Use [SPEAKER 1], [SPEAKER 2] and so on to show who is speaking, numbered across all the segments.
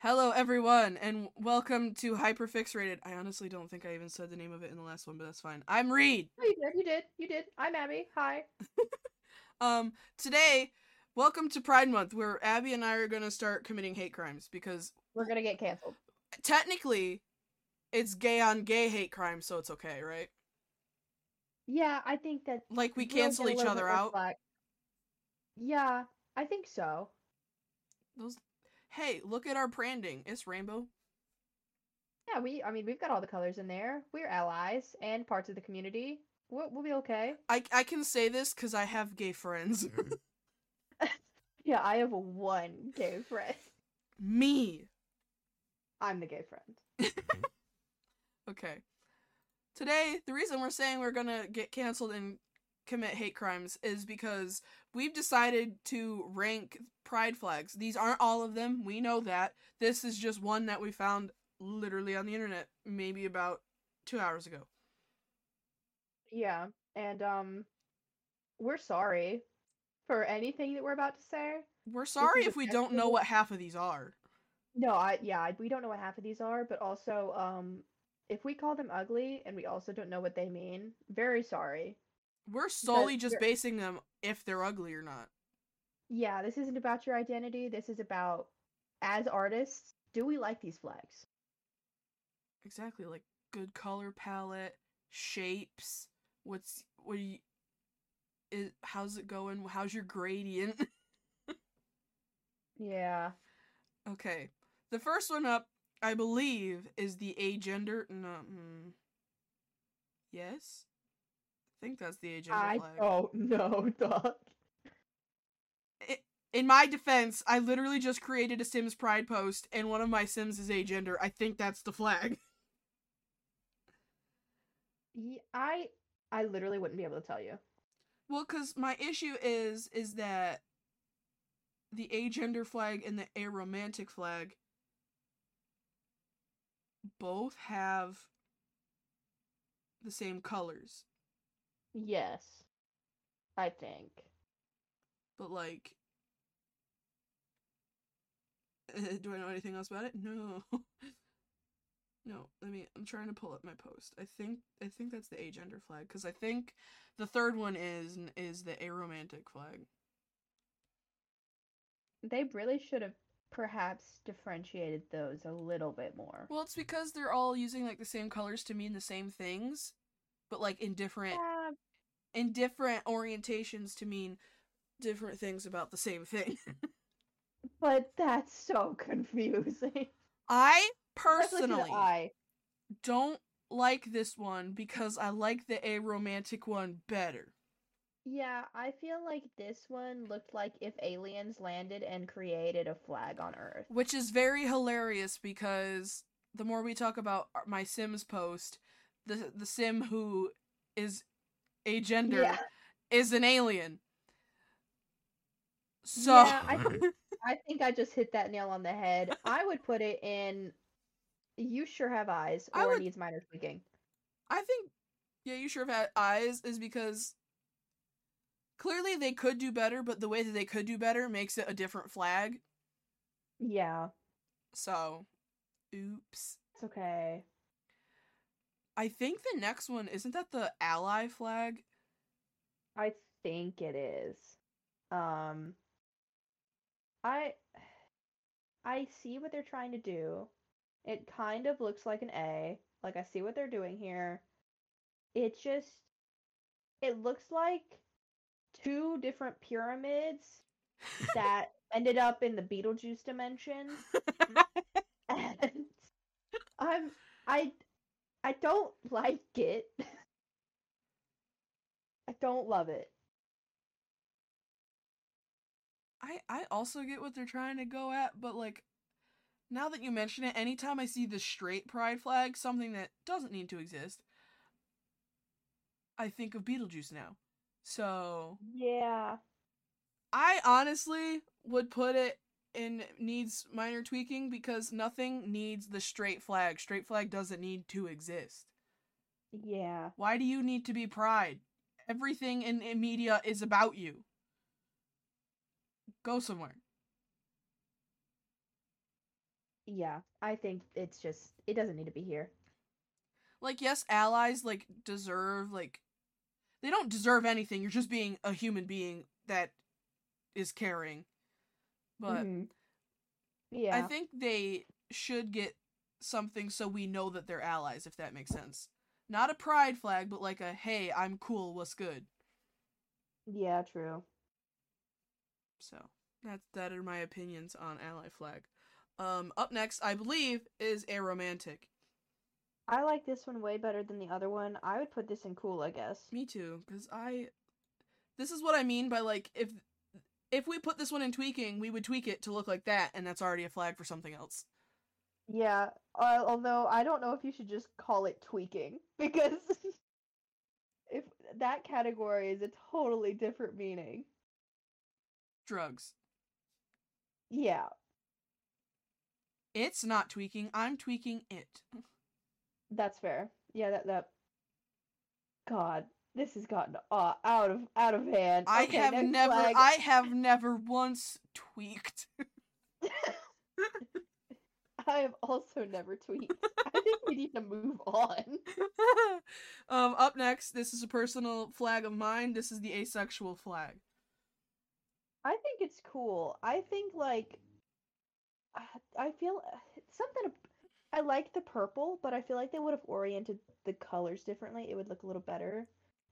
[SPEAKER 1] Hello, everyone, and welcome to Hyperfix Rated. I honestly don't think I even said the name of it in the last one, but that's fine. I'm Reed.
[SPEAKER 2] Oh, you did, you did, you did. I'm Abby. Hi.
[SPEAKER 1] Um, today, welcome to Pride Month, where Abby and I are going to start committing hate crimes because
[SPEAKER 2] We're gonna get canceled.
[SPEAKER 1] technically, it's gay on gay hate crime, so it's okay, right?
[SPEAKER 2] Yeah, I think that
[SPEAKER 1] Like we
[SPEAKER 2] we'll get
[SPEAKER 1] cancel
[SPEAKER 2] a
[SPEAKER 1] each
[SPEAKER 2] little
[SPEAKER 1] other
[SPEAKER 2] bit more
[SPEAKER 1] out.
[SPEAKER 2] flack. Yeah, I think so.
[SPEAKER 1] Those. Hey, look at our branding. It's rainbow.
[SPEAKER 2] Yeah, we. I mean, we've got all the colors in there. We're allies and parts of the community. We'll, we'll be okay.
[SPEAKER 1] I I can say this because I have gay friends.
[SPEAKER 2] Yeah, I have one gay friend.
[SPEAKER 1] Me.
[SPEAKER 2] I'm the gay friend.
[SPEAKER 1] Okay. Today, the reason we're saying we're gonna get canceled and commit hate crimes is because we've decided to rank pride flags. These aren't all of them, we know that. This is just one that we found literally on the internet, maybe about two hours ago.
[SPEAKER 2] Yeah, and um, we're sorry for anything that we're about to say.
[SPEAKER 1] We're sorry
[SPEAKER 2] is
[SPEAKER 1] if we don't know
[SPEAKER 2] effectively-
[SPEAKER 1] what half of these are.
[SPEAKER 2] No, I yeah, I- we don't know what half of these are, but also um if we call them ugly and we also don't know what they mean, very sorry.
[SPEAKER 1] We're solely just
[SPEAKER 2] they're-
[SPEAKER 1] basing them if they're ugly or not.
[SPEAKER 2] Yeah, this isn't about your identity. This is about as artists, do we like these flags?
[SPEAKER 1] Exactly, like good color palette, shapes. What's what do you? Is, how's it going? How's your gradient?
[SPEAKER 2] Yeah.
[SPEAKER 1] okay, the first one up, I believe, is the agender. No, mm, yes, I think that's the agender
[SPEAKER 2] I
[SPEAKER 1] flag.
[SPEAKER 2] don't know, dog.
[SPEAKER 1] In my defense, I literally just created a Sims Pride post, and one of my Sims is agender. I think that's the flag.
[SPEAKER 2] Ye- I I literally wouldn't be able to tell you.
[SPEAKER 1] Well, because my issue is is that the agender flag and the aromantic flag both have the same colors,
[SPEAKER 2] Yes. I think.
[SPEAKER 1] but like, do I know anything else about it? No, no. Let me. I'm trying to pull up my post. I think I think that's the agender flag because I think the third one is is the aromantic flag.
[SPEAKER 2] They really should have perhaps differentiated those a little bit more.
[SPEAKER 1] Well, it's because they're all using like the same colors to mean the same things, but like in different
[SPEAKER 2] Yeah,
[SPEAKER 1] in different orientations to mean different things about the same thing.
[SPEAKER 2] but that's so confusing.
[SPEAKER 1] I
[SPEAKER 2] Especially to the
[SPEAKER 1] personally
[SPEAKER 2] eye.
[SPEAKER 1] don't like this one because I like the aromantic one better.
[SPEAKER 2] Yeah, I feel like this one looked like if aliens landed and created a flag on Earth.
[SPEAKER 1] which is very hilarious because the more we talk about our- my Sims post, the the Sim who is a gender
[SPEAKER 2] Yeah.
[SPEAKER 1] is an alien. So
[SPEAKER 2] Yeah, I think- I think I just hit that nail on the head. I would put it in You Sure Have Eyes
[SPEAKER 1] I
[SPEAKER 2] or
[SPEAKER 1] would-
[SPEAKER 2] Needs Minor Tweaking.
[SPEAKER 1] I think yeah, you sure have had eyes is because clearly they could do better, but the way that they could do better makes it a different flag.
[SPEAKER 2] Yeah,
[SPEAKER 1] So, oops.
[SPEAKER 2] it's okay.
[SPEAKER 1] I think the next one isn't that the ally flag?
[SPEAKER 2] I think it is. Um I I see what they're trying to do. It kind of looks like an A. Like I see what they're doing here. It just it looks like two different pyramids that ended up in the Beetlejuice dimension. and I'm I I don't like it. I don't love it.
[SPEAKER 1] I I also get what they're trying to go at, but like now that you mention it, anytime I see the straight pride flag, something that doesn't need to exist, I think of Beetlejuice now. So,
[SPEAKER 2] Yeah.
[SPEAKER 1] I honestly would put it in needs minor tweaking because nothing needs the straight flag. Straight flag doesn't need to exist.
[SPEAKER 2] Yeah.
[SPEAKER 1] Why do you need to be pride? Everything in, in media is about you. Go somewhere.
[SPEAKER 2] yeah, I think it's just it doesn't need to be here.
[SPEAKER 1] Like yes, allies like deserve like they don't deserve anything. You're just being a human being that is caring. But
[SPEAKER 2] Mhm. yeah,
[SPEAKER 1] I think they should get something so we know that they're allies, if that makes sense. Not a pride flag, but like a hey, I'm cool, what's good.
[SPEAKER 2] yeah, true.
[SPEAKER 1] So that's that are my opinions on ally flag. Um, up next, I believe, is a romantic.
[SPEAKER 2] I like this one way better than the other one. I would put this in cool, I guess.
[SPEAKER 1] Me too, because I. This is what I mean by like if if we put this one in tweaking, we would tweak it to look like that, and that's already a flag for something else.
[SPEAKER 2] Yeah, uh, although I don't know if you should just call it tweaking because if that category is a totally different meaning.
[SPEAKER 1] Drugs.
[SPEAKER 2] Yeah,
[SPEAKER 1] It's not tweaking. I'm tweaking it.
[SPEAKER 2] that's fair. Yeah, that that. God, this has gotten uh, out of out of hand.
[SPEAKER 1] I
[SPEAKER 2] Okay,
[SPEAKER 1] have
[SPEAKER 2] next
[SPEAKER 1] never.
[SPEAKER 2] flag.
[SPEAKER 1] I have never once tweaked.
[SPEAKER 2] I have also never tweaked. I think we need to move on.
[SPEAKER 1] um, up next, this is a personal flag of mine. This is the asexual flag.
[SPEAKER 2] I think it's cool. I think like I, I feel something. ab- I like the purple, but I feel like they would have oriented the colors differently. It would look a little better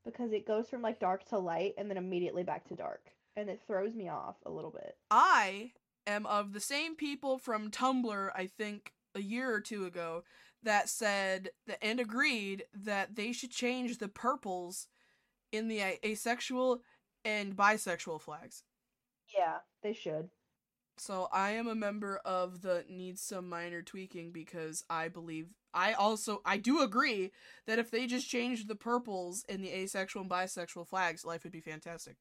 [SPEAKER 2] because it goes from like dark to light and then immediately back to dark, and it throws me off a little bit.
[SPEAKER 1] I am of the same people from Tumblr, I think a year or two ago, that said that, and agreed that they should change the purples in the a- asexual and bisexual flags.
[SPEAKER 2] Yeah, they should.
[SPEAKER 1] So I am a member of the needs some minor tweaking because I believe I also I do agree that if they just changed the purples in the asexual and bisexual flags, life would be fantastic.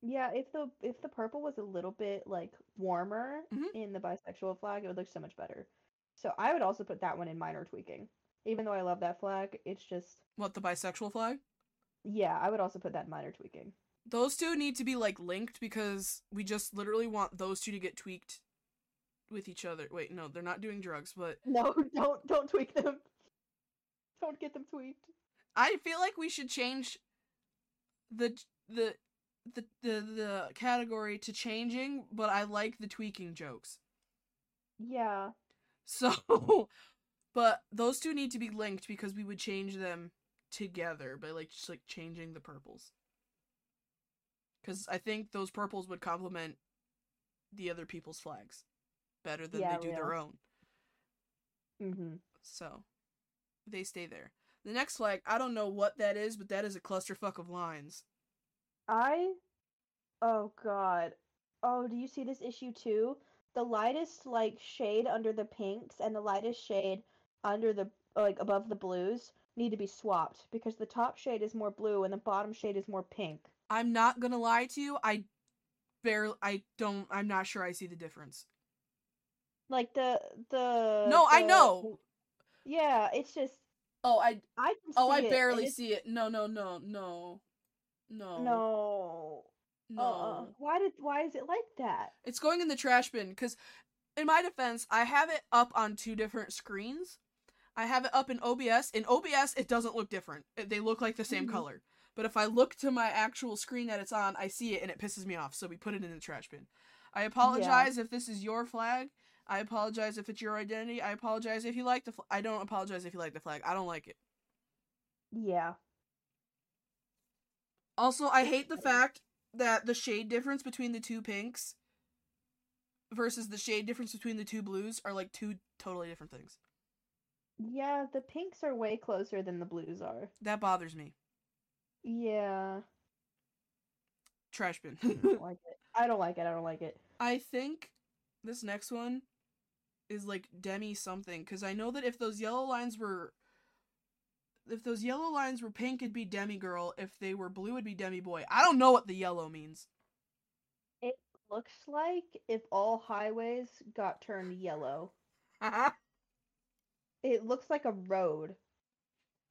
[SPEAKER 2] Yeah, if the if the purple was a little bit like warmer
[SPEAKER 1] Mhm.
[SPEAKER 2] in the bisexual flag, it would look so much better. So I would also put that one in minor tweaking. Even though I love that flag, it's just
[SPEAKER 1] What the bisexual flag?
[SPEAKER 2] yeah, I would also put that in minor tweaking.
[SPEAKER 1] Those two need to be like linked because we just literally want those two to get tweaked with each other. Wait, no, they're not doing drugs, but
[SPEAKER 2] No, don't don't tweak them. Don't get them tweaked.
[SPEAKER 1] I feel like we should change the the the the, the category to changing, but I like the tweaking jokes.
[SPEAKER 2] Yeah.
[SPEAKER 1] So, but those two need to be linked because we would change them together by like just like changing the purples. Because I think those purples would complement the other people's flags better than
[SPEAKER 2] Yeah,
[SPEAKER 1] they do their
[SPEAKER 2] real.
[SPEAKER 1] own.
[SPEAKER 2] Mm-hmm.
[SPEAKER 1] So, they stay there. The next flag, I don't know what that is, but that is a clusterfuck of lines.
[SPEAKER 2] I Oh god. Oh, do you see this issue too? The lightest like shade under the pinks and the lightest shade under the like above the blues need to be swapped because the top shade is more blue and the bottom shade is more pink.
[SPEAKER 1] I'm not gonna lie to you. I barely, I don't, I'm not sure I see the difference.
[SPEAKER 2] Like the the
[SPEAKER 1] No, I
[SPEAKER 2] the-
[SPEAKER 1] know.
[SPEAKER 2] Yeah, it's just
[SPEAKER 1] Oh, I,
[SPEAKER 2] I can
[SPEAKER 1] oh,
[SPEAKER 2] see
[SPEAKER 1] I
[SPEAKER 2] it, and
[SPEAKER 1] barely
[SPEAKER 2] it's-
[SPEAKER 1] see it. No, no, no, no, no,
[SPEAKER 2] No.
[SPEAKER 1] no.
[SPEAKER 2] Uh-uh. Why did why is it like that?
[SPEAKER 1] It's going in the trash bin because, in my defense, I have it up on two different screens. I have it up in OBS. In OBS, it doesn't look different. It- They look like the same
[SPEAKER 2] Mhm.
[SPEAKER 1] color. But if I look to my actual screen that it's on, I see it and it pisses me off. So we put it in the trash bin. I apologize if this is your flag. I apologize if it's your identity. I apologize if you like the flag. I don't apologize if you like the flag. I don't like it.
[SPEAKER 2] Yeah.
[SPEAKER 1] Also, I hate the fact that the shade difference between the two pinks versus the shade difference between the two blues are like two totally different things.
[SPEAKER 2] Yeah, the pinks are way closer than the blues are.
[SPEAKER 1] That bothers me.
[SPEAKER 2] Yeah.
[SPEAKER 1] Trash bin.
[SPEAKER 2] I don't like it. I don't like it. I don't like it.
[SPEAKER 1] I think this next one is like demi something because I know that if those yellow lines were, if those yellow lines were pink, it'd be demi girl. If they were blue, it'd be demi boy. I don't know what the yellow means.
[SPEAKER 2] Looks like if all highways got turned yellow. It looks like a road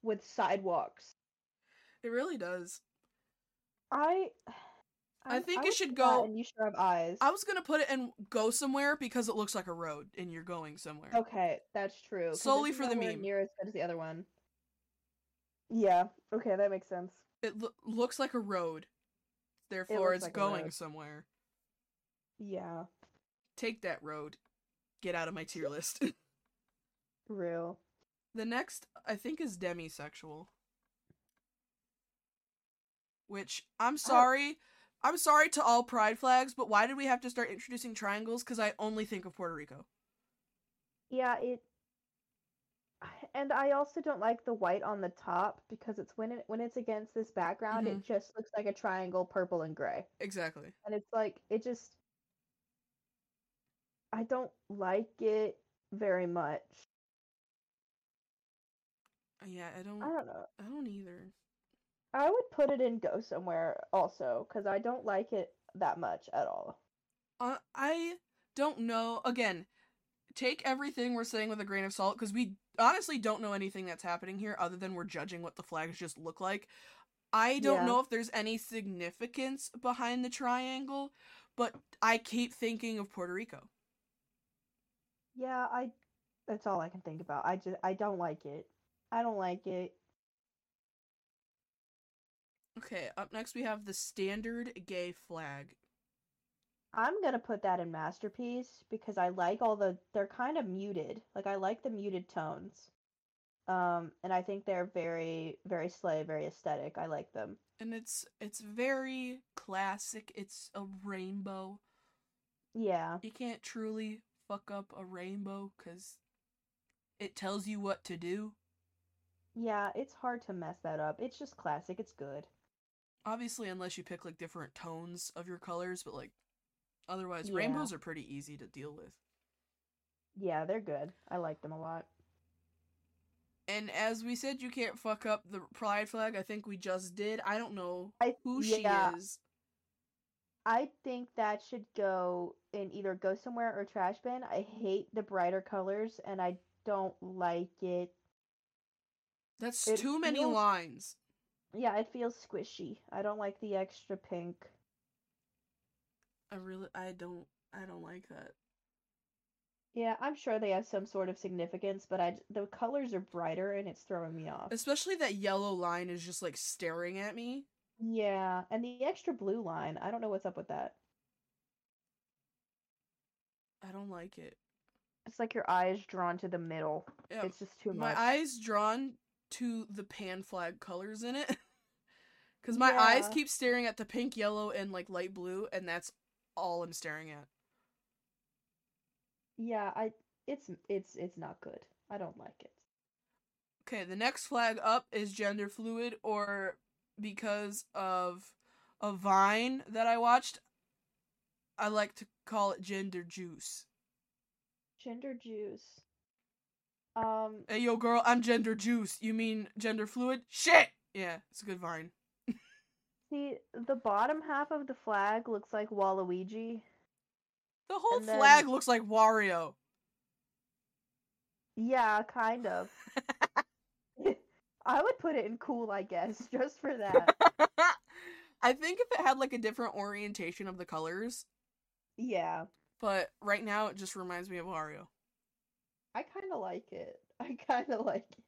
[SPEAKER 2] with sidewalks.
[SPEAKER 1] It really does.
[SPEAKER 2] I
[SPEAKER 1] I
[SPEAKER 2] I'm-
[SPEAKER 1] think it
[SPEAKER 2] would
[SPEAKER 1] should
[SPEAKER 2] do that
[SPEAKER 1] go-
[SPEAKER 2] And you sure have eyes.
[SPEAKER 1] I was gonna put it and go somewhere because it looks like a road and you're going somewhere.
[SPEAKER 2] Okay, that's true. 'cause this
[SPEAKER 1] Solely
[SPEAKER 2] is
[SPEAKER 1] for the
[SPEAKER 2] nowhere
[SPEAKER 1] meme.
[SPEAKER 2] Near as good as the other one. Yeah. Okay, that makes sense.
[SPEAKER 1] It loo- looks like a road, therefore
[SPEAKER 2] looks
[SPEAKER 1] it's
[SPEAKER 2] like a
[SPEAKER 1] going
[SPEAKER 2] road.
[SPEAKER 1] somewhere.
[SPEAKER 2] Yeah.
[SPEAKER 1] Take that road. Get out of my tier list.
[SPEAKER 2] Real.
[SPEAKER 1] the next, I think, is demisexual. Which I'm sorry, I'm sorry to all pride flags, but why did we have to start introducing triangles? Because I only think of Puerto Rico.
[SPEAKER 2] Yeah, it and I also don't like the white on the top because it's when it when it's against this background, it just looks like a triangle, purple and gray.
[SPEAKER 1] Exactly.
[SPEAKER 2] And it's like it just I don't like it very much.
[SPEAKER 1] Yeah, I don't.
[SPEAKER 2] I don't know.
[SPEAKER 1] I don't either.
[SPEAKER 2] I would put it in go somewhere also because I don't like it that much at all.
[SPEAKER 1] Uh, I don't know. Again, take everything we're saying with a grain of salt because we honestly don't know anything that's happening here other than we're judging what the flags just look like. I don't
[SPEAKER 2] Yeah.
[SPEAKER 1] know if there's any significance behind the triangle, but I keep thinking of Puerto Rico.
[SPEAKER 2] Yeah, I that's all I can think about. I just I don't like it. I don't like it.
[SPEAKER 1] Okay, up next we have the standard gay flag.
[SPEAKER 2] I'm gonna put that in masterpiece because I like all the they're kind of muted. Like I like the muted tones. Um, and I think they're very, very slay, very aesthetic. I like them.
[SPEAKER 1] And it's it's very classic. It's a rainbow.
[SPEAKER 2] Yeah.
[SPEAKER 1] You can't truly fuck up a rainbow cuz it tells you what to do.
[SPEAKER 2] Yeah, it's hard to mess that up. It's just classic, it's good.
[SPEAKER 1] obviously unless you pick like different tones of your colors but like otherwise
[SPEAKER 2] Yeah.
[SPEAKER 1] rainbows are pretty easy to deal with
[SPEAKER 2] Yeah, they're good. I like them a lot.
[SPEAKER 1] and as we said you can't fuck up the pride flag i think we just did i don't know
[SPEAKER 2] I
[SPEAKER 1] who
[SPEAKER 2] yeah,
[SPEAKER 1] she is
[SPEAKER 2] I think that should go in either go somewhere or trash bin. I hate the brighter colors and I don't like it.
[SPEAKER 1] that's
[SPEAKER 2] it
[SPEAKER 1] too many
[SPEAKER 2] feels-
[SPEAKER 1] lines
[SPEAKER 2] Yeah, it feels squishy. I don't like the extra pink.
[SPEAKER 1] i really i don't i don't like that
[SPEAKER 2] Yeah, I'm sure they have some sort of significance, but I j- the colors are brighter and it's throwing me off.
[SPEAKER 1] especially that yellow line is just like staring at me
[SPEAKER 2] Yeah, and the extra blue line, I don't know what's up with that.
[SPEAKER 1] i don't like it
[SPEAKER 2] It's like your eyes drawn to the middle.
[SPEAKER 1] yeah
[SPEAKER 2] It's just too
[SPEAKER 1] my
[SPEAKER 2] much.
[SPEAKER 1] eyes drawn to the pan flag colors in it because my eyes
[SPEAKER 2] Yeah.
[SPEAKER 1] keep staring at the pink yellow and like light blue and that's all i'm staring at
[SPEAKER 2] Yeah, I it's it's it's not good. I don't like it.
[SPEAKER 1] okay the next flag up is gender fluid or because of a vine that i watched i like to call it gender juice
[SPEAKER 2] Gender juice. Um,
[SPEAKER 1] hey yo girl i'm gender juice you mean gender fluid shit yeah it's a good vine
[SPEAKER 2] see, the bottom half of the flag looks like Waluigi.
[SPEAKER 1] the whole
[SPEAKER 2] And then-
[SPEAKER 1] flag looks like wario
[SPEAKER 2] Yeah, kind of. I would put it in cool, I guess, just for that.
[SPEAKER 1] I think if it had like a different orientation of the colors,
[SPEAKER 2] Yeah.
[SPEAKER 1] but right now it just reminds me of Wario.
[SPEAKER 2] I kind of like it. I kind of like it.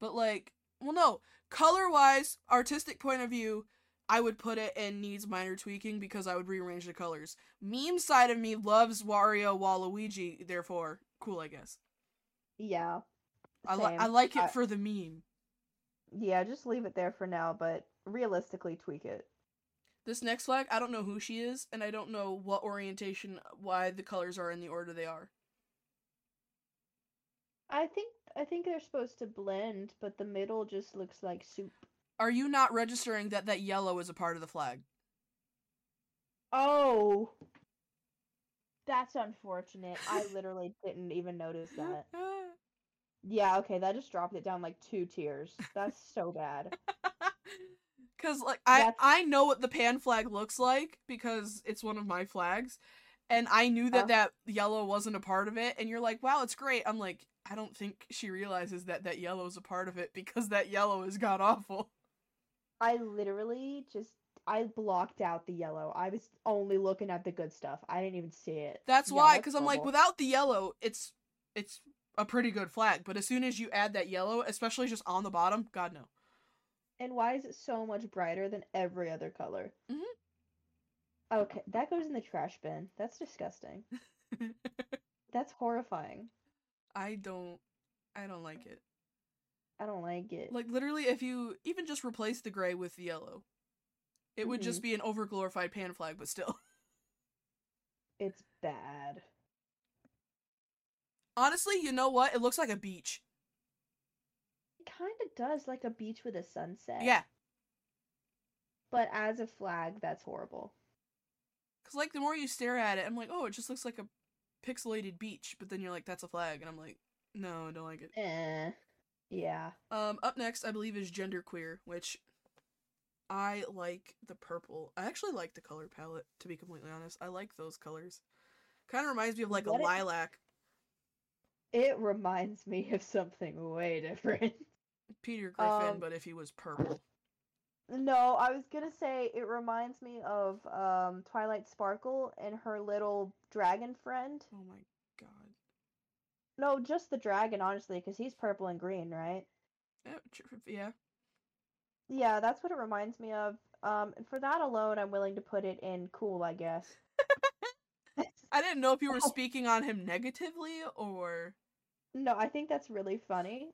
[SPEAKER 1] But like, well, no, color wise, artistic point of view, I would put it in needs minor tweaking because I would rearrange the colors. Meme side of me loves Wario Waluigi, therefore cool, I guess.
[SPEAKER 2] Yeah.
[SPEAKER 1] I, li- I
[SPEAKER 2] same.
[SPEAKER 1] like it
[SPEAKER 2] I-
[SPEAKER 1] for the meme.
[SPEAKER 2] yeah, just leave it there for now, but realistically tweak it.
[SPEAKER 1] This next flag, I don't know who she is, and I don't know what orientation, why the colors are in the order they are.
[SPEAKER 2] I think I think they're supposed to blend, but the middle just looks like soup.
[SPEAKER 1] Are you not registering that that yellow is a part of the flag?
[SPEAKER 2] Oh. That's unfortunate. I literally didn't even notice that. Yeah, okay, that just dropped it down like two tiers. That's so bad.
[SPEAKER 1] Cause like I
[SPEAKER 2] That's-
[SPEAKER 1] I know what the pan flag looks like because it's one of my flags, and I knew that
[SPEAKER 2] Huh?
[SPEAKER 1] that yellow wasn't a part of it. And you're like, wow, it's great. I'm like, I don't think she realizes that that yellow is a part of it because that yellow is god awful.
[SPEAKER 2] I literally just I blocked out the yellow. I was only looking at the good stuff. I didn't even see it.
[SPEAKER 1] That's
[SPEAKER 2] Yeah,
[SPEAKER 1] why, because I'm like,
[SPEAKER 2] horrible.
[SPEAKER 1] without the yellow, it's it's a pretty good flag. But as soon as you add that yellow, especially just on the bottom, God no.
[SPEAKER 2] And why is it so much brighter than every other color?
[SPEAKER 1] Mhm. Mm-hmm.
[SPEAKER 2] Okay, that goes in the trash bin. That's disgusting. That's horrifying.
[SPEAKER 1] I don't, I don't like it.
[SPEAKER 2] I don't like it.
[SPEAKER 1] Like literally, if you even just replace the gray with the yellow, it would
[SPEAKER 2] Mm-hmm.
[SPEAKER 1] just be an overglorified pan flag. But still,
[SPEAKER 2] it's bad.
[SPEAKER 1] honestly, you know what? It looks like a beach.
[SPEAKER 2] It kind of does like a beach with a sunset.
[SPEAKER 1] Yeah,
[SPEAKER 2] But as a flag, that's horrible.
[SPEAKER 1] because like the more you stare at it, I'm like, oh, it just looks like a pixelated beach. But then you're like, that's a flag, and I'm like, no, I don't like it.
[SPEAKER 2] Eh. Yeah.
[SPEAKER 1] Um, up next, I believe, is genderqueer, which I like the purple. I actually like the color palette, to be completely honest. I like those colors. Kind of reminds me of like a
[SPEAKER 2] What it-
[SPEAKER 1] lilac.
[SPEAKER 2] It reminds me of something way different.
[SPEAKER 1] Peter Griffin,
[SPEAKER 2] Um,
[SPEAKER 1] but if he was purple.
[SPEAKER 2] No, I was gonna say it reminds me of um, Twilight Sparkle and her little dragon friend.
[SPEAKER 1] Oh my god.
[SPEAKER 2] No, just the dragon, honestly, because he's purple and green, right?
[SPEAKER 1] Eh, tr- Yeah.
[SPEAKER 2] Yeah, that's what it reminds me of. Um, and for that alone, I'm willing to put it in cool, I guess.
[SPEAKER 1] I didn't know if you were speaking on him negatively or.
[SPEAKER 2] No, I think that's really funny.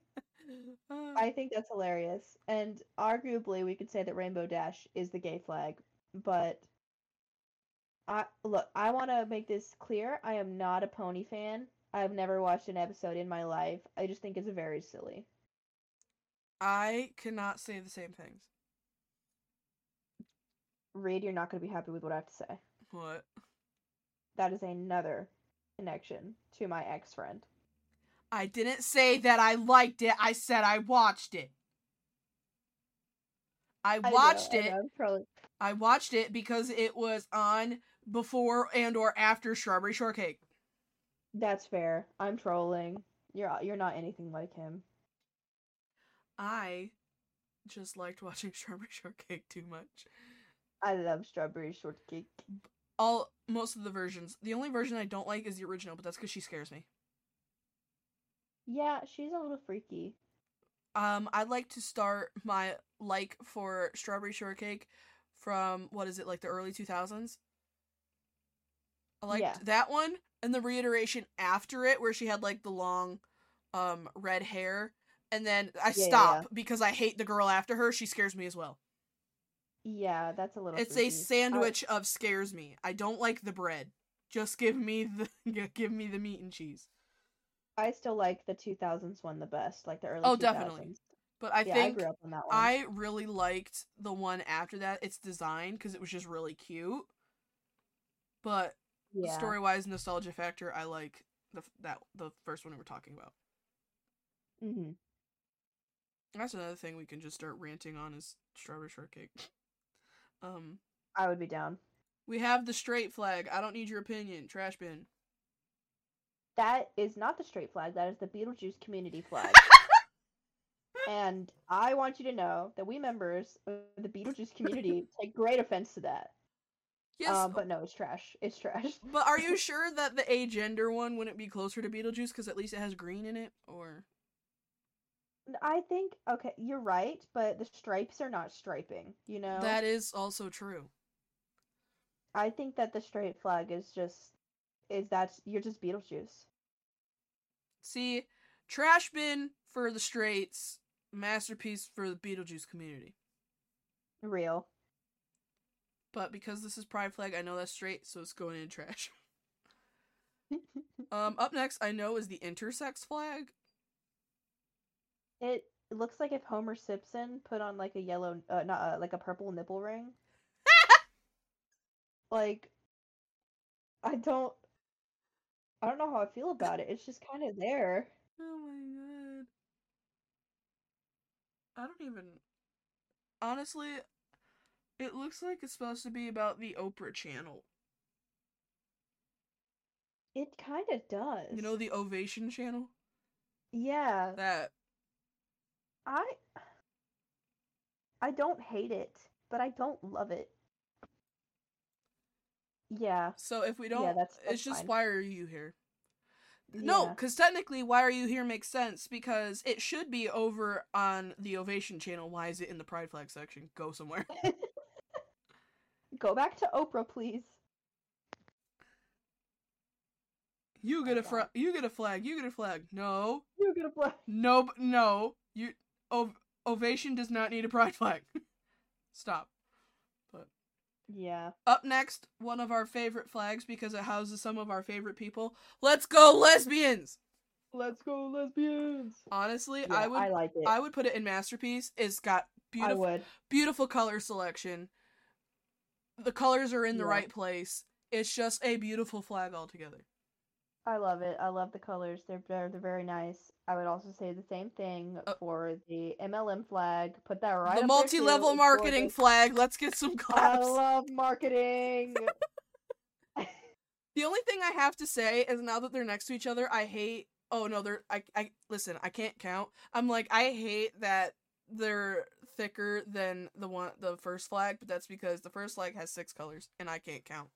[SPEAKER 1] Uh,
[SPEAKER 2] I think that's hilarious. And arguably, we could say that Rainbow Dash is the gay flag, but I look, I want to make this clear. I am not a pony fan. I've never watched an episode in my life. I just think it's very silly.
[SPEAKER 1] I cannot say the same things.
[SPEAKER 2] Reed, you're not going to be happy with what I have to say.
[SPEAKER 1] What?
[SPEAKER 2] That is another connection to my ex friend.
[SPEAKER 1] I didn't say that I liked it. I said I watched it. I
[SPEAKER 2] I know,
[SPEAKER 1] watched
[SPEAKER 2] I
[SPEAKER 1] it.
[SPEAKER 2] know, I'm probably
[SPEAKER 1] I watched it because it was on before and or after Strawberry Shortcake.
[SPEAKER 2] That's fair. I'm trolling. You're you're not anything like him.
[SPEAKER 1] I just liked watching Strawberry Shortcake too much.
[SPEAKER 2] I love strawberry shortcake.
[SPEAKER 1] All most of the versions. The only version I don't like is the original, but that's because she scares me.
[SPEAKER 2] Yeah, she's a little freaky.
[SPEAKER 1] Um, I'd like to start my like for Strawberry Shortcake from what is it like the early two thousands. I liked
[SPEAKER 2] Yeah.
[SPEAKER 1] that one and the reiteration after it where she had like the long, um, red hair, and then I
[SPEAKER 2] yeah,
[SPEAKER 1] stop because I hate the girl after her. She scares me as well.
[SPEAKER 2] Yeah, that's a little.
[SPEAKER 1] It's a
[SPEAKER 2] freaky. I-
[SPEAKER 1] sandwich of scares me. I don't like the bread. Just give me the give me the meat and cheese.
[SPEAKER 2] I, still like the 2000s one the best, like the early.
[SPEAKER 1] Oh, definitely.
[SPEAKER 2] 2000s.
[SPEAKER 1] But I
[SPEAKER 2] yeah, I
[SPEAKER 1] think
[SPEAKER 2] grew up on that one.
[SPEAKER 1] I really liked the one after that. Its design because it was just really cute. But
[SPEAKER 2] yeah,
[SPEAKER 1] story wise, nostalgia factor, I like the f- that the first one we were talking about.
[SPEAKER 2] hmm
[SPEAKER 1] That's another thing we can just start ranting on is strawberry shortcake. Um,
[SPEAKER 2] I would be down.
[SPEAKER 1] we have the straight flag. I don't need your opinion. Trash bin.
[SPEAKER 2] That is not the straight flag. That is the Beetlejuice community flag. and I want you to know that we members of the Beetlejuice community take great offense to that.
[SPEAKER 1] Yes,
[SPEAKER 2] Um, but no, it's trash. It's trash.
[SPEAKER 1] But are you sure that the a gender one wouldn't be closer to Beetlejuice because at least it has green in it? Or
[SPEAKER 2] N- I think okay, you're right, but the stripes are not striping, you know?
[SPEAKER 1] that is also true.
[SPEAKER 2] I think that the straight flag is just is that you're just Beetlejuice.
[SPEAKER 1] See, trash bin for the straights, masterpiece for the Beetlejuice community.
[SPEAKER 2] Real.
[SPEAKER 1] But because this is Pride flag, I know that's straight, so it's going in trash. um, up next, I know is the intersex flag.
[SPEAKER 2] It looks like if Homer Simpson put on like a yellow uh, not uh, like a purple nipple ring. like I don't I don't know how I feel about it. It's just kind of there.
[SPEAKER 1] Oh my god. I don't even. Honestly, it looks like it's supposed to be about the Oprah channel.
[SPEAKER 2] It kind of does.
[SPEAKER 1] You know, the Ovation channel?
[SPEAKER 2] Yeah.
[SPEAKER 1] That.
[SPEAKER 2] I I don't hate it, but I don't love it. Yeah.
[SPEAKER 1] So if we
[SPEAKER 2] Yeah,
[SPEAKER 1] don't,
[SPEAKER 2] that's- that's
[SPEAKER 1] it's just
[SPEAKER 2] fine.
[SPEAKER 1] why are you here? No,
[SPEAKER 2] Yeah.
[SPEAKER 1] because technically, why are you here makes sense because it should be over on the Ovation channel. Why is it in the Pride flag section? Go somewhere.
[SPEAKER 2] Go back to Oprah, please.
[SPEAKER 1] You get a
[SPEAKER 2] God.
[SPEAKER 1] fr- you get a flag. You get a flag. No,
[SPEAKER 2] You're gonna blow.
[SPEAKER 1] no, b- no. You ov- Ovation does not need a Pride flag. Stop.
[SPEAKER 2] Yeah.
[SPEAKER 1] Up next, one of our favorite flags because it houses some of our favorite people. Let's go lesbians.
[SPEAKER 2] Let's go, lesbians.
[SPEAKER 1] Honestly,
[SPEAKER 2] Yeah,
[SPEAKER 1] I would
[SPEAKER 2] I
[SPEAKER 1] I,
[SPEAKER 2] like it.
[SPEAKER 1] would put it in masterpiece. It's got
[SPEAKER 2] I
[SPEAKER 1] beautiful
[SPEAKER 2] would.
[SPEAKER 1] beautiful color selection. The colors are in the
[SPEAKER 2] Yeah.
[SPEAKER 1] right place. It's just a beautiful flag altogether.
[SPEAKER 2] I love it. I love the colors. They're ver- they're very nice. I would also say the same thing
[SPEAKER 1] Uh,
[SPEAKER 2] for the MLM flag. Put that right.
[SPEAKER 1] the
[SPEAKER 2] up there, too.
[SPEAKER 1] multi-level
[SPEAKER 2] It's
[SPEAKER 1] marketing
[SPEAKER 2] gorgeous.
[SPEAKER 1] flag. Let's get some
[SPEAKER 2] I
[SPEAKER 1] claps.
[SPEAKER 2] love marketing.
[SPEAKER 1] The only thing I have to say is now that they're next to each other, I hate. Oh no, they're. I. I listen. I can't count. I'm like I hate that they're thicker than the one the first flag, but that's because the first flag has six colors and I can't count.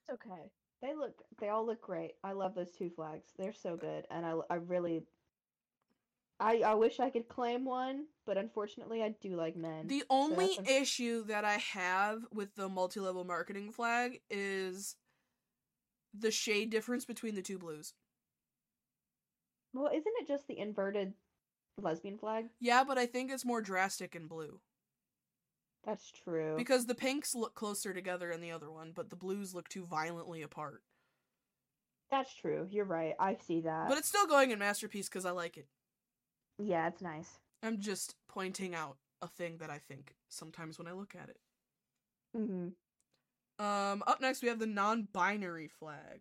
[SPEAKER 2] It's okay. They look. They all look great. I love those two flags. They're so good, and I l- I really. I I wish I could claim one, but unfortunately, I do like men.
[SPEAKER 1] The only
[SPEAKER 2] an-
[SPEAKER 1] issue that I have with the multi-level marketing flag is the shade difference between the two blues.
[SPEAKER 2] well, isn't it just the inverted lesbian flag?
[SPEAKER 1] Yeah, but I think it's more drastic in blue
[SPEAKER 2] That's true.
[SPEAKER 1] because the pinks look closer together in the other one, but the blues look too violently apart.
[SPEAKER 2] That's true. You're right. I see that.
[SPEAKER 1] But it's still going in masterpiece because I like it.
[SPEAKER 2] yeah, it's nice.
[SPEAKER 1] I'm just pointing out a thing that I think sometimes when I look at it.
[SPEAKER 2] hmm
[SPEAKER 1] Um, up next we have the non-binary flag.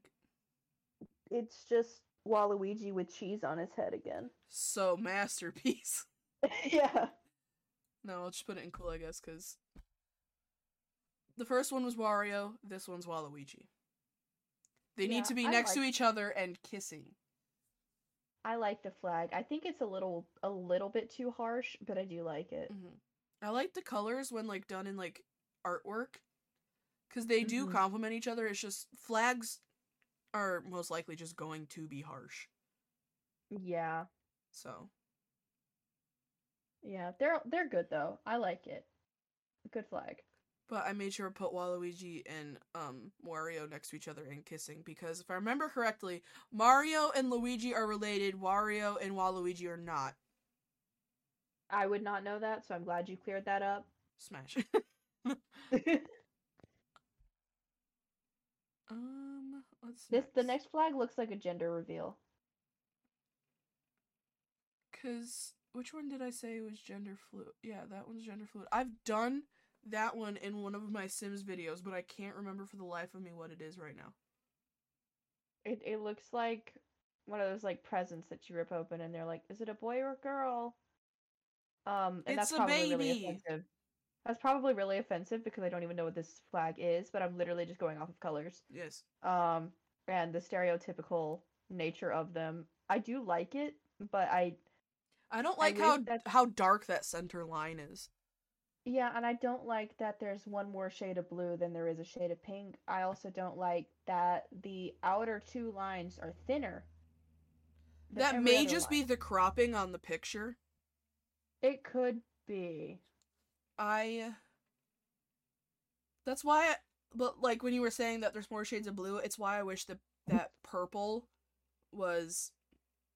[SPEAKER 2] It's just Waluigi with cheese on his head again.
[SPEAKER 1] So masterpiece.
[SPEAKER 2] yeah.
[SPEAKER 1] No, I'll just put it in cool, I guess, because the first one was Wario. This one's Waluigi. They
[SPEAKER 2] Yeah,
[SPEAKER 1] need to be
[SPEAKER 2] I
[SPEAKER 1] next to
[SPEAKER 2] like-
[SPEAKER 1] each other and kissing.
[SPEAKER 2] I like the flag. I think it's a little a little bit too harsh, but I do like it.
[SPEAKER 1] hmm I like the colors when like done in like artwork, because they do
[SPEAKER 2] Mhm.
[SPEAKER 1] complement each other. It's just flags are most likely just going to be harsh.
[SPEAKER 2] Yeah.
[SPEAKER 1] So
[SPEAKER 2] Yeah. They're they're good though. I like it. Good flag.
[SPEAKER 1] But I made sure to put Waluigi and um Wario next to each other and kissing because if I remember correctly, Mario and Luigi are related, Wario and Waluigi are not.
[SPEAKER 2] I would not know that, so I'm glad you cleared that up.
[SPEAKER 1] Smash. um let's
[SPEAKER 2] this the next flag looks like a gender reveal.
[SPEAKER 1] cuz which one did I say was gender fluid? Yeah, that one's gender fluid. I've done that one in one of my Sims videos, but I can't remember for the life of me what it is right now.
[SPEAKER 2] It it looks like one of those like presents that you rip open and they're like, is it a boy or a girl? Um, and that's
[SPEAKER 1] It's a
[SPEAKER 2] probably really
[SPEAKER 1] baby.
[SPEAKER 2] offensive. That's probably really offensive because I don't even know what this flag is, but I'm literally just going off of colors.
[SPEAKER 1] Yes.
[SPEAKER 2] Um, and the stereotypical nature of them. I do like it, but I
[SPEAKER 1] I don't
[SPEAKER 2] I
[SPEAKER 1] like
[SPEAKER 2] wish
[SPEAKER 1] how
[SPEAKER 2] that's-
[SPEAKER 1] how dark that center line is.
[SPEAKER 2] yeah, and I don't like that there's one more shade of blue than there is a shade of pink. I also don't like that the outer two lines are thinner. than
[SPEAKER 1] That
[SPEAKER 2] every
[SPEAKER 1] may
[SPEAKER 2] other
[SPEAKER 1] just
[SPEAKER 2] line.
[SPEAKER 1] be the cropping on the picture.
[SPEAKER 2] It could be.
[SPEAKER 1] I. That's why, but like when you were saying that there's more shades of blue, it's why I wish that that purple was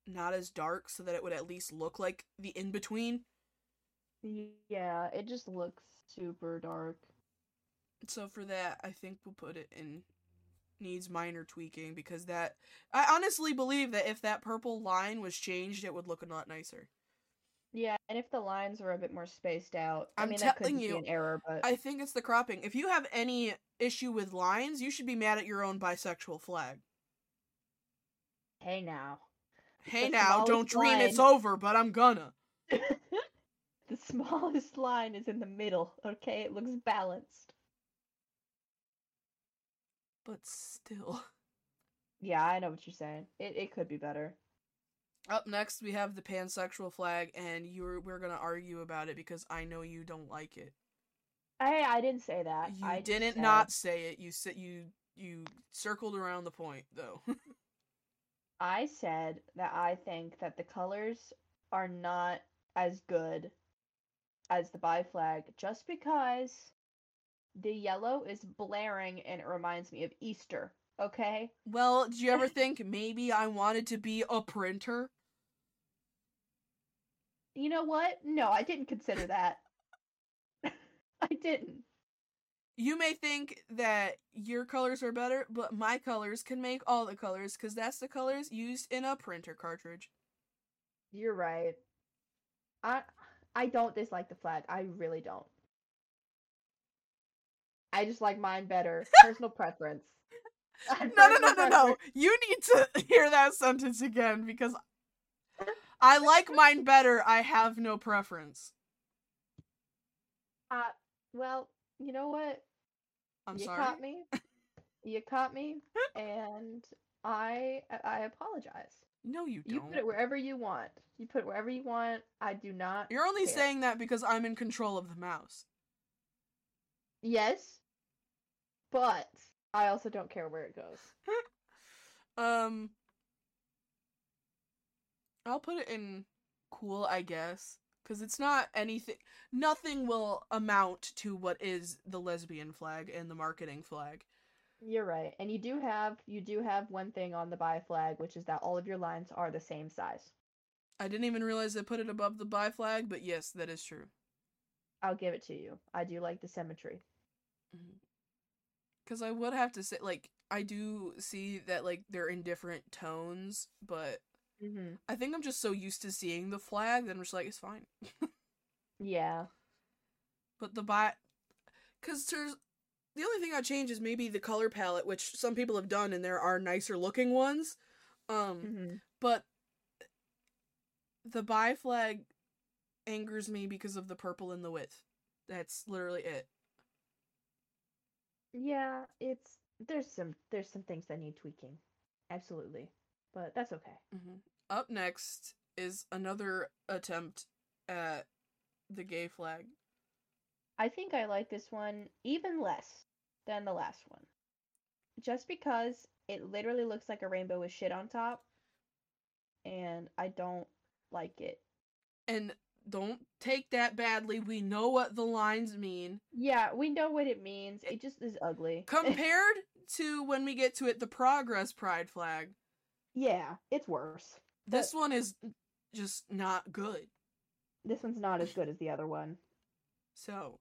[SPEAKER 1] not as dark, so that it would at least look like the in between.
[SPEAKER 2] Yeah, it just looks super dark.
[SPEAKER 1] So for that, I think we'll put it in needs minor tweaking because that I honestly believe that if that purple line was changed, it would look a lot nicer.
[SPEAKER 2] Yeah, and if the lines were a bit more spaced out, I
[SPEAKER 1] I'm
[SPEAKER 2] mean that could
[SPEAKER 1] telling
[SPEAKER 2] just
[SPEAKER 1] you,
[SPEAKER 2] be an error, but
[SPEAKER 1] I think it's the cropping. If you have any issue with lines, you should be mad at your own bisexual flag.
[SPEAKER 2] hey now.
[SPEAKER 1] Hey
[SPEAKER 2] The
[SPEAKER 1] now, don't
[SPEAKER 2] smallest
[SPEAKER 1] dream it's
[SPEAKER 2] line.
[SPEAKER 1] over, but I'm gonna.
[SPEAKER 2] The smallest line is in the middle, okay? It looks balanced.
[SPEAKER 1] But still.
[SPEAKER 2] Yeah, I know what you're saying. It it could be better.
[SPEAKER 1] Up next, we have the pansexual flag, and you're we're gonna argue about it because I know you don't like it.
[SPEAKER 2] Hey, I didn't say that.
[SPEAKER 1] You
[SPEAKER 2] I just
[SPEAKER 1] didn't
[SPEAKER 2] said-
[SPEAKER 1] not say it. You said you you circled around the point though.
[SPEAKER 2] I said that I think that the colors are not as good as the bi flag just because the yellow is blaring and it reminds me of Easter. Okay?
[SPEAKER 1] well, did you ever think maybe I wanted to be a printer?
[SPEAKER 2] You know what? No, I didn't consider that. I didn't.
[SPEAKER 1] You may think that your colors are better, but my colors can make all the colors cuz that's the colors used in a printer cartridge.
[SPEAKER 2] You're right. I I don't dislike the flag. I really don't. I just like mine better. Personal preference.
[SPEAKER 1] No, no, no, no, no. You need to hear that sentence again because I like mine better. I have no preference.
[SPEAKER 2] Uh, well, you know what?
[SPEAKER 1] I'm
[SPEAKER 2] you
[SPEAKER 1] sorry.
[SPEAKER 2] caught me. You caught me, and I I apologize.
[SPEAKER 1] No, you
[SPEAKER 2] You
[SPEAKER 1] don't.
[SPEAKER 2] put it wherever you want. You put it wherever you want. I do not.
[SPEAKER 1] You're only
[SPEAKER 2] care.
[SPEAKER 1] saying that because I'm in control of the mouse.
[SPEAKER 2] yes, but I also don't care where it goes.
[SPEAKER 1] Um, I'll put it in cool, I guess, because it's not anything. Nothing will amount to what is the lesbian flag and the marketing flag.
[SPEAKER 2] You're right, and you do have you do have one thing on the bi flag, which is that all of your lines are the same size.
[SPEAKER 1] I didn't even realize they put it above the bi flag, but yes, that is true.
[SPEAKER 2] I'll give it to you. I do like the symmetry.
[SPEAKER 1] Because I would have to say, like, I do see that like they're in different tones, but
[SPEAKER 2] Mm-hmm.
[SPEAKER 1] I think I'm just so used to seeing the flag that I'm just like, it's fine.
[SPEAKER 2] Yeah.
[SPEAKER 1] But the bi, because there's the only thing I change is maybe the color palette, which some people have done, and there are nicer looking ones. Um,
[SPEAKER 2] Mm-hmm.
[SPEAKER 1] but the bi flag angers me because of the purple and the width. That's literally it.
[SPEAKER 2] Yeah, it's there's some there's some things that need tweaking. Absolutely. But that's okay.
[SPEAKER 1] Up next is another attempt at the gay flag.
[SPEAKER 2] I think I like this one even less than the last one. Just because it literally looks like a rainbow with shit on top and I don't like it.
[SPEAKER 1] And don't take that badly. We know what the lines mean.
[SPEAKER 2] Yeah, we know what it means. It just is ugly.
[SPEAKER 1] Compared to when we get to it, the progress pride flag.
[SPEAKER 2] yeah, it's worse.
[SPEAKER 1] This one is just not good.
[SPEAKER 2] This one's not as good as the other one.
[SPEAKER 1] So,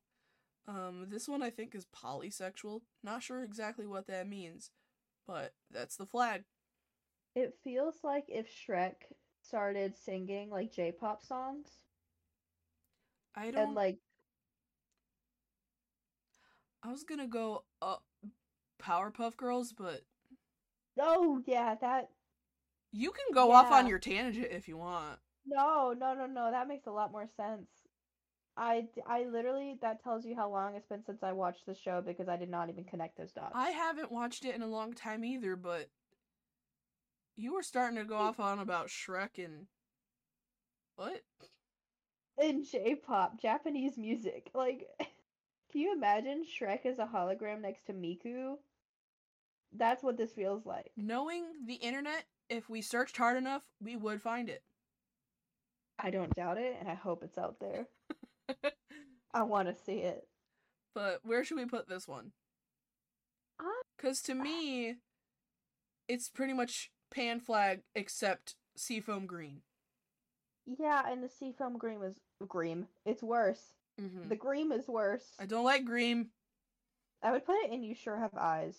[SPEAKER 1] um, this one I think is polysexual. Not sure exactly what that means, but that's the flag.
[SPEAKER 2] It feels like if Shrek started singing like J-pop songs
[SPEAKER 1] I don't.
[SPEAKER 2] and like
[SPEAKER 1] I was gonna go uh, Powerpuff Girls, but
[SPEAKER 2] oh yeah, that
[SPEAKER 1] you can go off on
[SPEAKER 2] Yeah.
[SPEAKER 1] your tangent if you want.
[SPEAKER 2] No, no, no, no. That makes a lot more sense. I, d- I literally, that tells you how long it's been since I watched the show because I did not even connect those dots.
[SPEAKER 1] I haven't watched it in a long time either, but you were starting to go off on about Shrek and what?
[SPEAKER 2] In J-pop, Japanese music. Like, can you imagine Shrek as a hologram next to Miku? That's what this feels like.
[SPEAKER 1] Knowing the internet, if we searched hard enough, we would find it.
[SPEAKER 2] I don't doubt it, and I hope it's out there. I want to see it.
[SPEAKER 1] But where should we put this one?
[SPEAKER 2] I-
[SPEAKER 1] Because to me, it's pretty much pan flag except seafoam green.
[SPEAKER 2] Yeah, and the seafoam green was green. It's worse.
[SPEAKER 1] Mm-hmm.
[SPEAKER 2] The green is worse.
[SPEAKER 1] I don't like green,
[SPEAKER 2] I would put it in You Sure Have Eyes.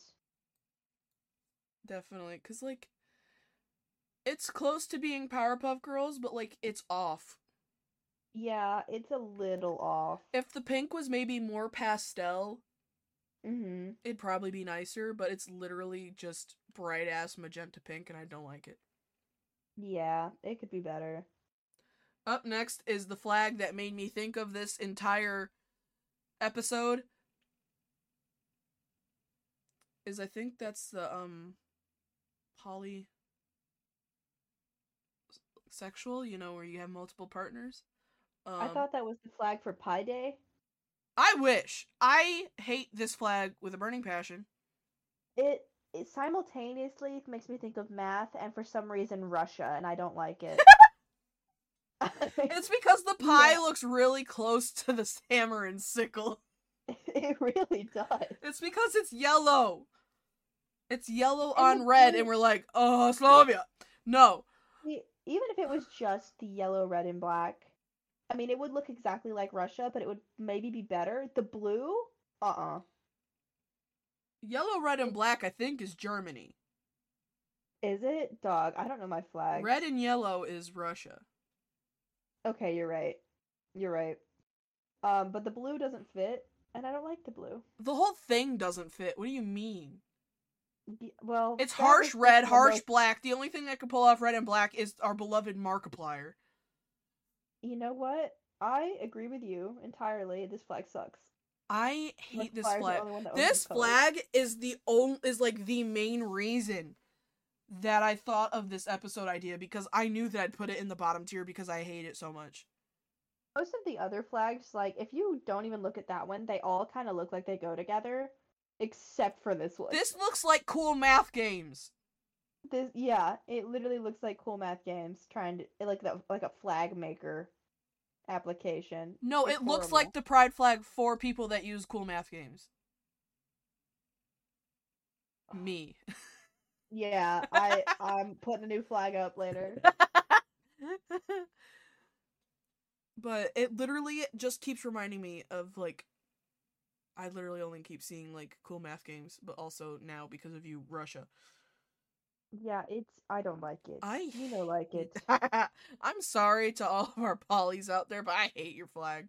[SPEAKER 1] definitely. Because, like, it's close to being Powerpuff Girls, but, like, it's off.
[SPEAKER 2] Yeah, it's a little off.
[SPEAKER 1] If the pink was maybe more pastel,
[SPEAKER 2] Mm-hmm.
[SPEAKER 1] it'd probably be nicer, but it's literally just bright ass magenta pink, and I don't like it.
[SPEAKER 2] Yeah, it could be better.
[SPEAKER 1] Up next is the flag that made me think of this entire episode. Is I think that's the um poly sexual, you know, where you have multiple partners. Um,
[SPEAKER 2] I thought that was the flag for Pi Day.
[SPEAKER 1] I wish. I hate this flag with a burning passion.
[SPEAKER 2] It, it simultaneously makes me think of math and for some reason Russia, and I don't like it.
[SPEAKER 1] It's because the pie
[SPEAKER 2] Yeah.
[SPEAKER 1] looks really close to the hammer and sickle.
[SPEAKER 2] it really does.
[SPEAKER 1] It's because it's yellow. It's yellow
[SPEAKER 2] And
[SPEAKER 1] on
[SPEAKER 2] it's
[SPEAKER 1] red,
[SPEAKER 2] really-
[SPEAKER 1] and we're like, oh, Slavia. No.
[SPEAKER 2] E- Even if it was just the yellow, red, and black, I mean, it would look exactly like Russia, but it would maybe be better. The blue, uh uh
[SPEAKER 1] Yellow, red, and black, I think, is Germany.
[SPEAKER 2] Is it? Dog, I don't know my flag.
[SPEAKER 1] Red and yellow is Russia.
[SPEAKER 2] Okay, you're right. You're right. Um, but the blue doesn't fit, and I don't like the blue.
[SPEAKER 1] The whole thing doesn't fit. What do you mean?
[SPEAKER 2] Y- Well,
[SPEAKER 1] It's
[SPEAKER 2] that was
[SPEAKER 1] harsh
[SPEAKER 2] just
[SPEAKER 1] red,
[SPEAKER 2] the
[SPEAKER 1] harsh
[SPEAKER 2] most-
[SPEAKER 1] black. The only thing that could pull off red and black is our beloved Markiplier.
[SPEAKER 2] You know what? I agree with you entirely. This flag sucks.
[SPEAKER 1] I hate this
[SPEAKER 2] Markiplier's the
[SPEAKER 1] flag.
[SPEAKER 2] only one that owns
[SPEAKER 1] This
[SPEAKER 2] colors.
[SPEAKER 1] flag is the only is like the main reason that I thought of this episode idea because I knew that I'd put it in the bottom tier because I hate it so much.
[SPEAKER 2] Most of the other flags, like if you don't even look at that one, they all kind of look like they go together, except for this one.
[SPEAKER 1] This looks like cool math games.
[SPEAKER 2] This yeah, it literally looks like Cool Math Games trying to it like the like a flag maker application.
[SPEAKER 1] No,
[SPEAKER 2] It's
[SPEAKER 1] it looks
[SPEAKER 2] horrible.
[SPEAKER 1] like the pride flag for people that use cool math games. Me.
[SPEAKER 2] Yeah, I I'm putting a new flag up later.
[SPEAKER 1] but it literally just keeps reminding me of like I literally only keep seeing like cool math games, but also now because of you, Russia.
[SPEAKER 2] Yeah, it's I don't like it.
[SPEAKER 1] I
[SPEAKER 2] you know like it.
[SPEAKER 1] I'm sorry to all of our polys out there, but I hate your flag.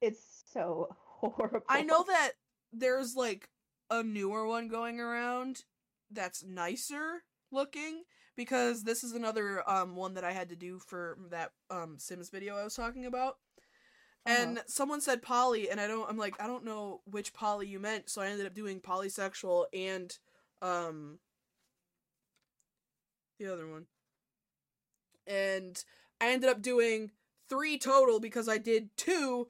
[SPEAKER 2] It's so horrible.
[SPEAKER 1] I know that there's like a newer one going around that's nicer looking because this is another um one that I had to do for that um Sims video I was talking about. And someone said poly and I don't I'm like I don't know which poly you meant, so I ended up doing polysexual and um the other one. And I ended up doing three total because I did two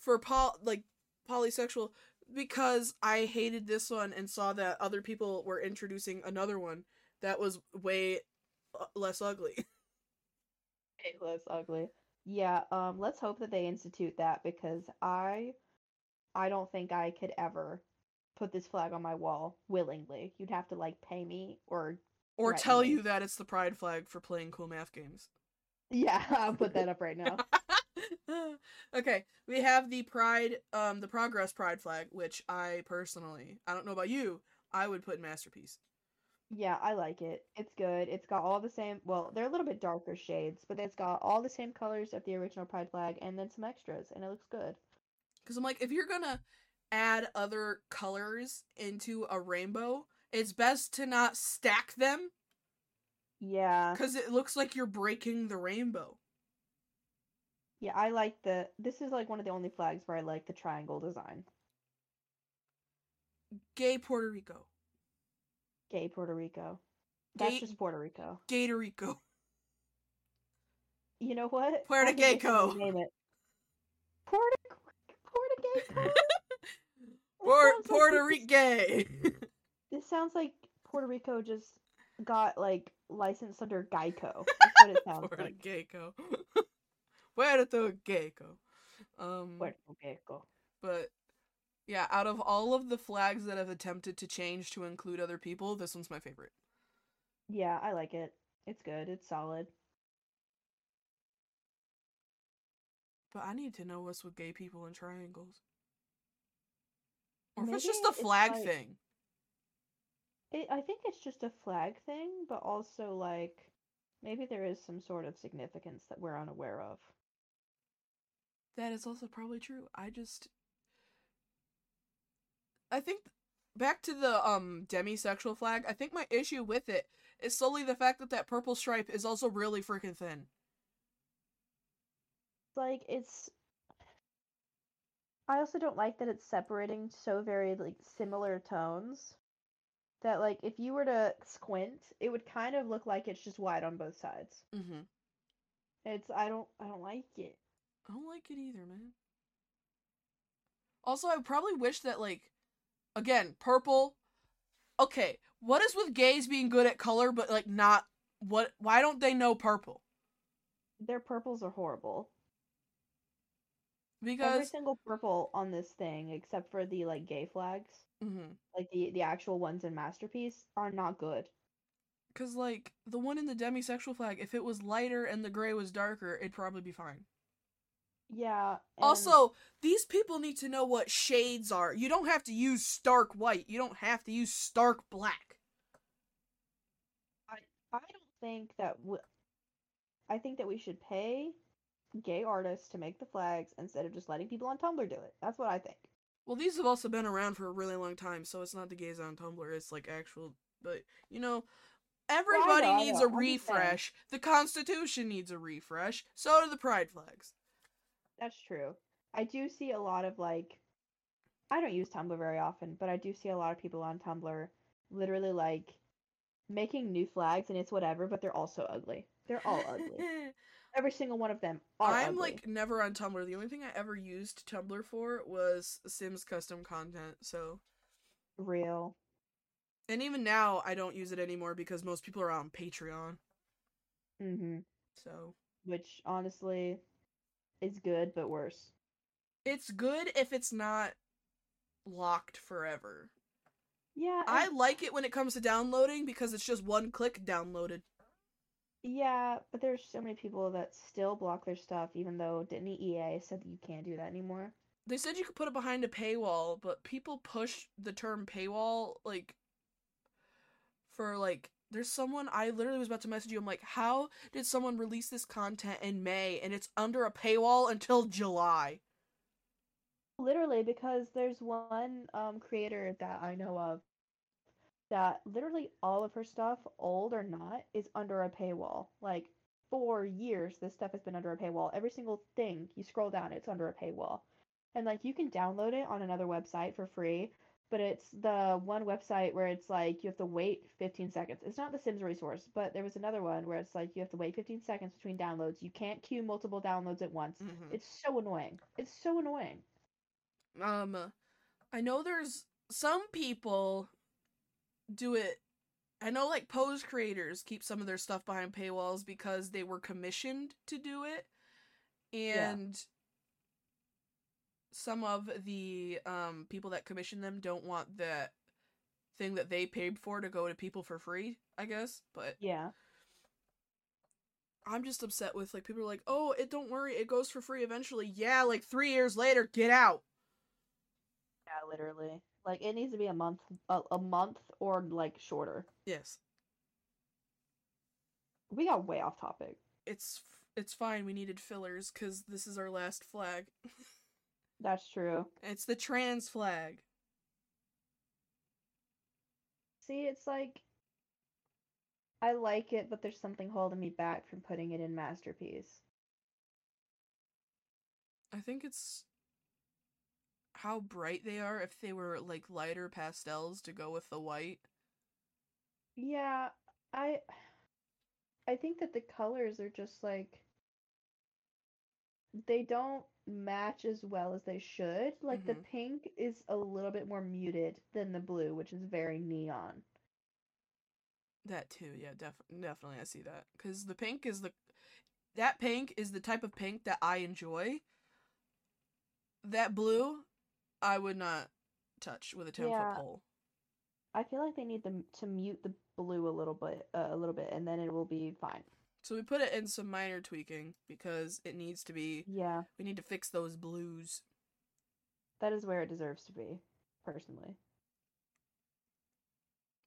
[SPEAKER 1] for pol like polysexual because I hated this one and saw that other people were introducing another one that was way uh, less ugly.
[SPEAKER 2] It looks ugly. Yeah, um, let's hope that they institute that because I I don't think I could ever put this flag on my wall willingly. You'd have to like pay me or
[SPEAKER 1] Or
[SPEAKER 2] Right,
[SPEAKER 1] tell
[SPEAKER 2] yeah.
[SPEAKER 1] you that it's the pride flag for playing cool math games.
[SPEAKER 2] yeah, I'll put that up right now.
[SPEAKER 1] okay, we have the pride um the progress pride flag which I personally, I don't know about you, I would put in masterpiece.
[SPEAKER 2] Yeah, I like it. It's good. It's got all the same, well, they're a little bit darker shades, but it's got all the same colors of the original pride flag and then some extras and it looks good.
[SPEAKER 1] Because I'm like, if you're gonna add other colors into a rainbow, it's best to not stack them
[SPEAKER 2] Yeah.
[SPEAKER 1] because it looks like you're breaking the rainbow.
[SPEAKER 2] Yeah, I like the this is like one of the only flags where I like the triangle design.
[SPEAKER 1] Gay Puerto Rico.
[SPEAKER 2] Gay Puerto Rico. That's
[SPEAKER 1] Gay-
[SPEAKER 2] just Puerto Rico.
[SPEAKER 1] Gator Rico.
[SPEAKER 2] You know what?
[SPEAKER 1] Puerto
[SPEAKER 2] I think they should
[SPEAKER 1] Gayco.
[SPEAKER 2] rename it. Puerto Puerto Gayco.
[SPEAKER 1] Or
[SPEAKER 2] sounds like
[SPEAKER 1] Puerto
[SPEAKER 2] this-
[SPEAKER 1] Rico gay.
[SPEAKER 2] This sounds like Puerto Rico just got like licensed under Geico. That's what it sounds
[SPEAKER 1] Puerto
[SPEAKER 2] like.
[SPEAKER 1] Geico. Puerto Geico. Um,
[SPEAKER 2] Puerto Geico.
[SPEAKER 1] but yeah, out of all of the flags that have attempted to change to include other people, this one's my favorite.
[SPEAKER 2] Yeah, I like it. It's good. It's solid.
[SPEAKER 1] But I need to know what's with gay people and triangles. Or if it's
[SPEAKER 2] Maybe
[SPEAKER 1] just a
[SPEAKER 2] it's
[SPEAKER 1] flag
[SPEAKER 2] like-
[SPEAKER 1] thing.
[SPEAKER 2] It, I think it's just a flag thing, but also like maybe there is some sort of significance that we're unaware of.
[SPEAKER 1] That is also probably true. I just I think back to the um demisexual flag, I think my issue with it is solely the fact that that purple stripe is also really freaking thin.
[SPEAKER 2] Like it's I also don't like that it's separating so very like similar tones that like if you were to squint, it would kind of look like it's just wide on both sides.
[SPEAKER 1] Mm-hmm.
[SPEAKER 2] It's I don't I don't like it.
[SPEAKER 1] I don't like it either, man. Also, I probably wish that like again, purple. Okay, what is with gays being good at color but like not what why don't they know purple?
[SPEAKER 2] Their purples are horrible. Every
[SPEAKER 1] Because
[SPEAKER 2] single purple on this thing, except for the like gay flags,
[SPEAKER 1] Mhm.
[SPEAKER 2] like the the actual ones in Masterpiece, are not good.
[SPEAKER 1] cuz like the one in the demisexual flag, if it was lighter and the gray was darker, it'd probably be fine.
[SPEAKER 2] Yeah. and-
[SPEAKER 1] Also, these people need to know what shades are. You don't have to use stark white. You don't have to use stark black.
[SPEAKER 2] I don't think that w I I think that we should pay gay artists to make the flags instead of just letting people on Tumblr do it. That's what I think.
[SPEAKER 1] Well, these have also been around for a really long time, so it's not the gays on Tumblr. It's like actual, but you know, everybody
[SPEAKER 2] I
[SPEAKER 1] needs
[SPEAKER 2] know,
[SPEAKER 1] a
[SPEAKER 2] I'm just saying.
[SPEAKER 1] refresh. The Constitution needs a refresh. So do the pride flags.
[SPEAKER 2] That's true. I do see a lot of like I don't use Tumblr very often, but I do see a lot of people on Tumblr literally like making new flags and it's whatever, but they're also ugly. They're all ugly. Every single one of them are
[SPEAKER 1] I'm
[SPEAKER 2] ugly.
[SPEAKER 1] like never on Tumblr. The only thing I ever used Tumblr for was Sims custom content. So,
[SPEAKER 2] real.
[SPEAKER 1] and even now I don't use it anymore because most people are on Patreon.
[SPEAKER 2] hmm
[SPEAKER 1] So,
[SPEAKER 2] Which honestly is good but worse.
[SPEAKER 1] it's good if it's not locked forever.
[SPEAKER 2] Yeah.
[SPEAKER 1] I
[SPEAKER 2] and-
[SPEAKER 1] like it when it comes to downloading because it's just one click downloaded.
[SPEAKER 2] Yeah, but there's so many people that still block their stuff, even though didn't the EA said that you can't do that anymore.
[SPEAKER 1] They said you could put it behind a paywall, but people push the term paywall like for like there's someone I literally was about to message you. I'm like, how did someone release this content in May and it's under a paywall until July?
[SPEAKER 2] Literally, because there's one um creator that I know of that literally all of her stuff, old or not, is under a paywall. Like for years, this stuff has been under a paywall. Every single thing you scroll down, it's under a paywall. And like you can download it on another website for free, but it's the one website where it's like you have to wait 15 seconds. It's not the Sims resource, but there was another one where it's like you have to wait 15 seconds between downloads. You can't queue multiple downloads at once.
[SPEAKER 1] Mm-hmm.
[SPEAKER 2] It's so annoying. It's so annoying.
[SPEAKER 1] Um, I know there's some people do it. I know like pose creators keep some of their stuff behind paywalls because they were commissioned to do it,
[SPEAKER 2] Yeah.
[SPEAKER 1] and some of the um people that commission them don't want that thing that they paid for to go to people for free. I guess, but
[SPEAKER 2] Yeah.
[SPEAKER 1] I'm just upset with like people are like, oh, it don't worry, it goes for free eventually. Yeah, like three years later, get out.
[SPEAKER 2] Yeah, literally. Like it needs to be a month, a, a month or like shorter.
[SPEAKER 1] Yes.
[SPEAKER 2] We got way off topic.
[SPEAKER 1] it's it's fine. We needed fillers because this is our last flag.
[SPEAKER 2] That's true.
[SPEAKER 1] It's the trans flag.
[SPEAKER 2] See, it's like I like it, but there's something holding me back from putting it in masterpiece.
[SPEAKER 1] I think it's how bright they are. If they were like lighter pastels to go with the white,
[SPEAKER 2] Yeah, I I think that the colors are just like they don't match as well as they should. Like the
[SPEAKER 1] Mhm.
[SPEAKER 2] pink is a little bit more muted than the blue, which is very neon.
[SPEAKER 1] that too. Yeah, def- definitely. I see that because the pink is the that pink is the type of pink that I enjoy. That blue, I would not touch with a ten
[SPEAKER 2] Yeah.
[SPEAKER 1] foot pole.
[SPEAKER 2] I feel like they need them to mute the blue a little bit, uh, a little bit, and then it will be fine.
[SPEAKER 1] So we put it in some minor tweaking because it needs to be.
[SPEAKER 2] Yeah,
[SPEAKER 1] We need to fix those blues.
[SPEAKER 2] that is where it deserves to be, personally.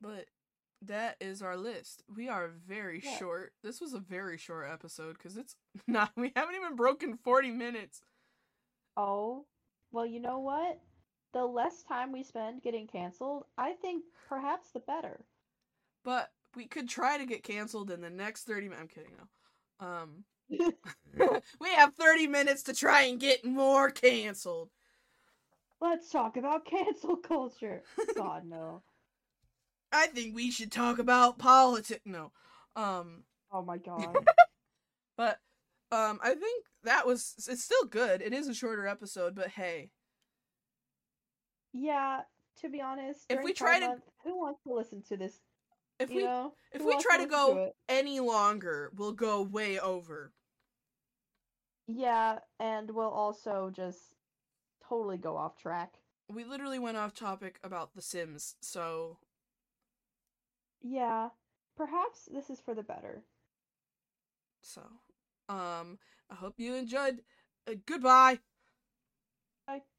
[SPEAKER 1] But that is our list. We are very
[SPEAKER 2] Yeah.
[SPEAKER 1] short. This was a very short episode because it's not. We haven't even broken forty minutes.
[SPEAKER 2] Oh, well, you know what? The less time we spend getting canceled, I think perhaps the better.
[SPEAKER 1] But we could try to get canceled in the next thirty. minutes. I'm kidding now. Um, we have thirty minutes to try and get more canceled.
[SPEAKER 2] Let's talk about cancel culture. God, no.
[SPEAKER 1] I think we should talk about politics. No. Um.
[SPEAKER 2] Oh my God.
[SPEAKER 1] But um, I think that was. It's still good. It is a shorter episode, but hey,
[SPEAKER 2] Yeah, to be honest,
[SPEAKER 1] If
[SPEAKER 2] during
[SPEAKER 1] we
[SPEAKER 2] Pride
[SPEAKER 1] try to-
[SPEAKER 2] Month, who wants to listen to this?
[SPEAKER 1] If
[SPEAKER 2] you
[SPEAKER 1] we
[SPEAKER 2] know,
[SPEAKER 1] if
[SPEAKER 2] Who
[SPEAKER 1] we
[SPEAKER 2] wants
[SPEAKER 1] try to
[SPEAKER 2] listen
[SPEAKER 1] go
[SPEAKER 2] it?
[SPEAKER 1] any longer, we'll go way over.
[SPEAKER 2] yeah, and we'll also just totally go off track.
[SPEAKER 1] We literally went off topic about The Sims, so
[SPEAKER 2] Yeah, perhaps this is for the better.
[SPEAKER 1] so um I hope you enjoyed. Uh, goodbye.
[SPEAKER 2] Bye.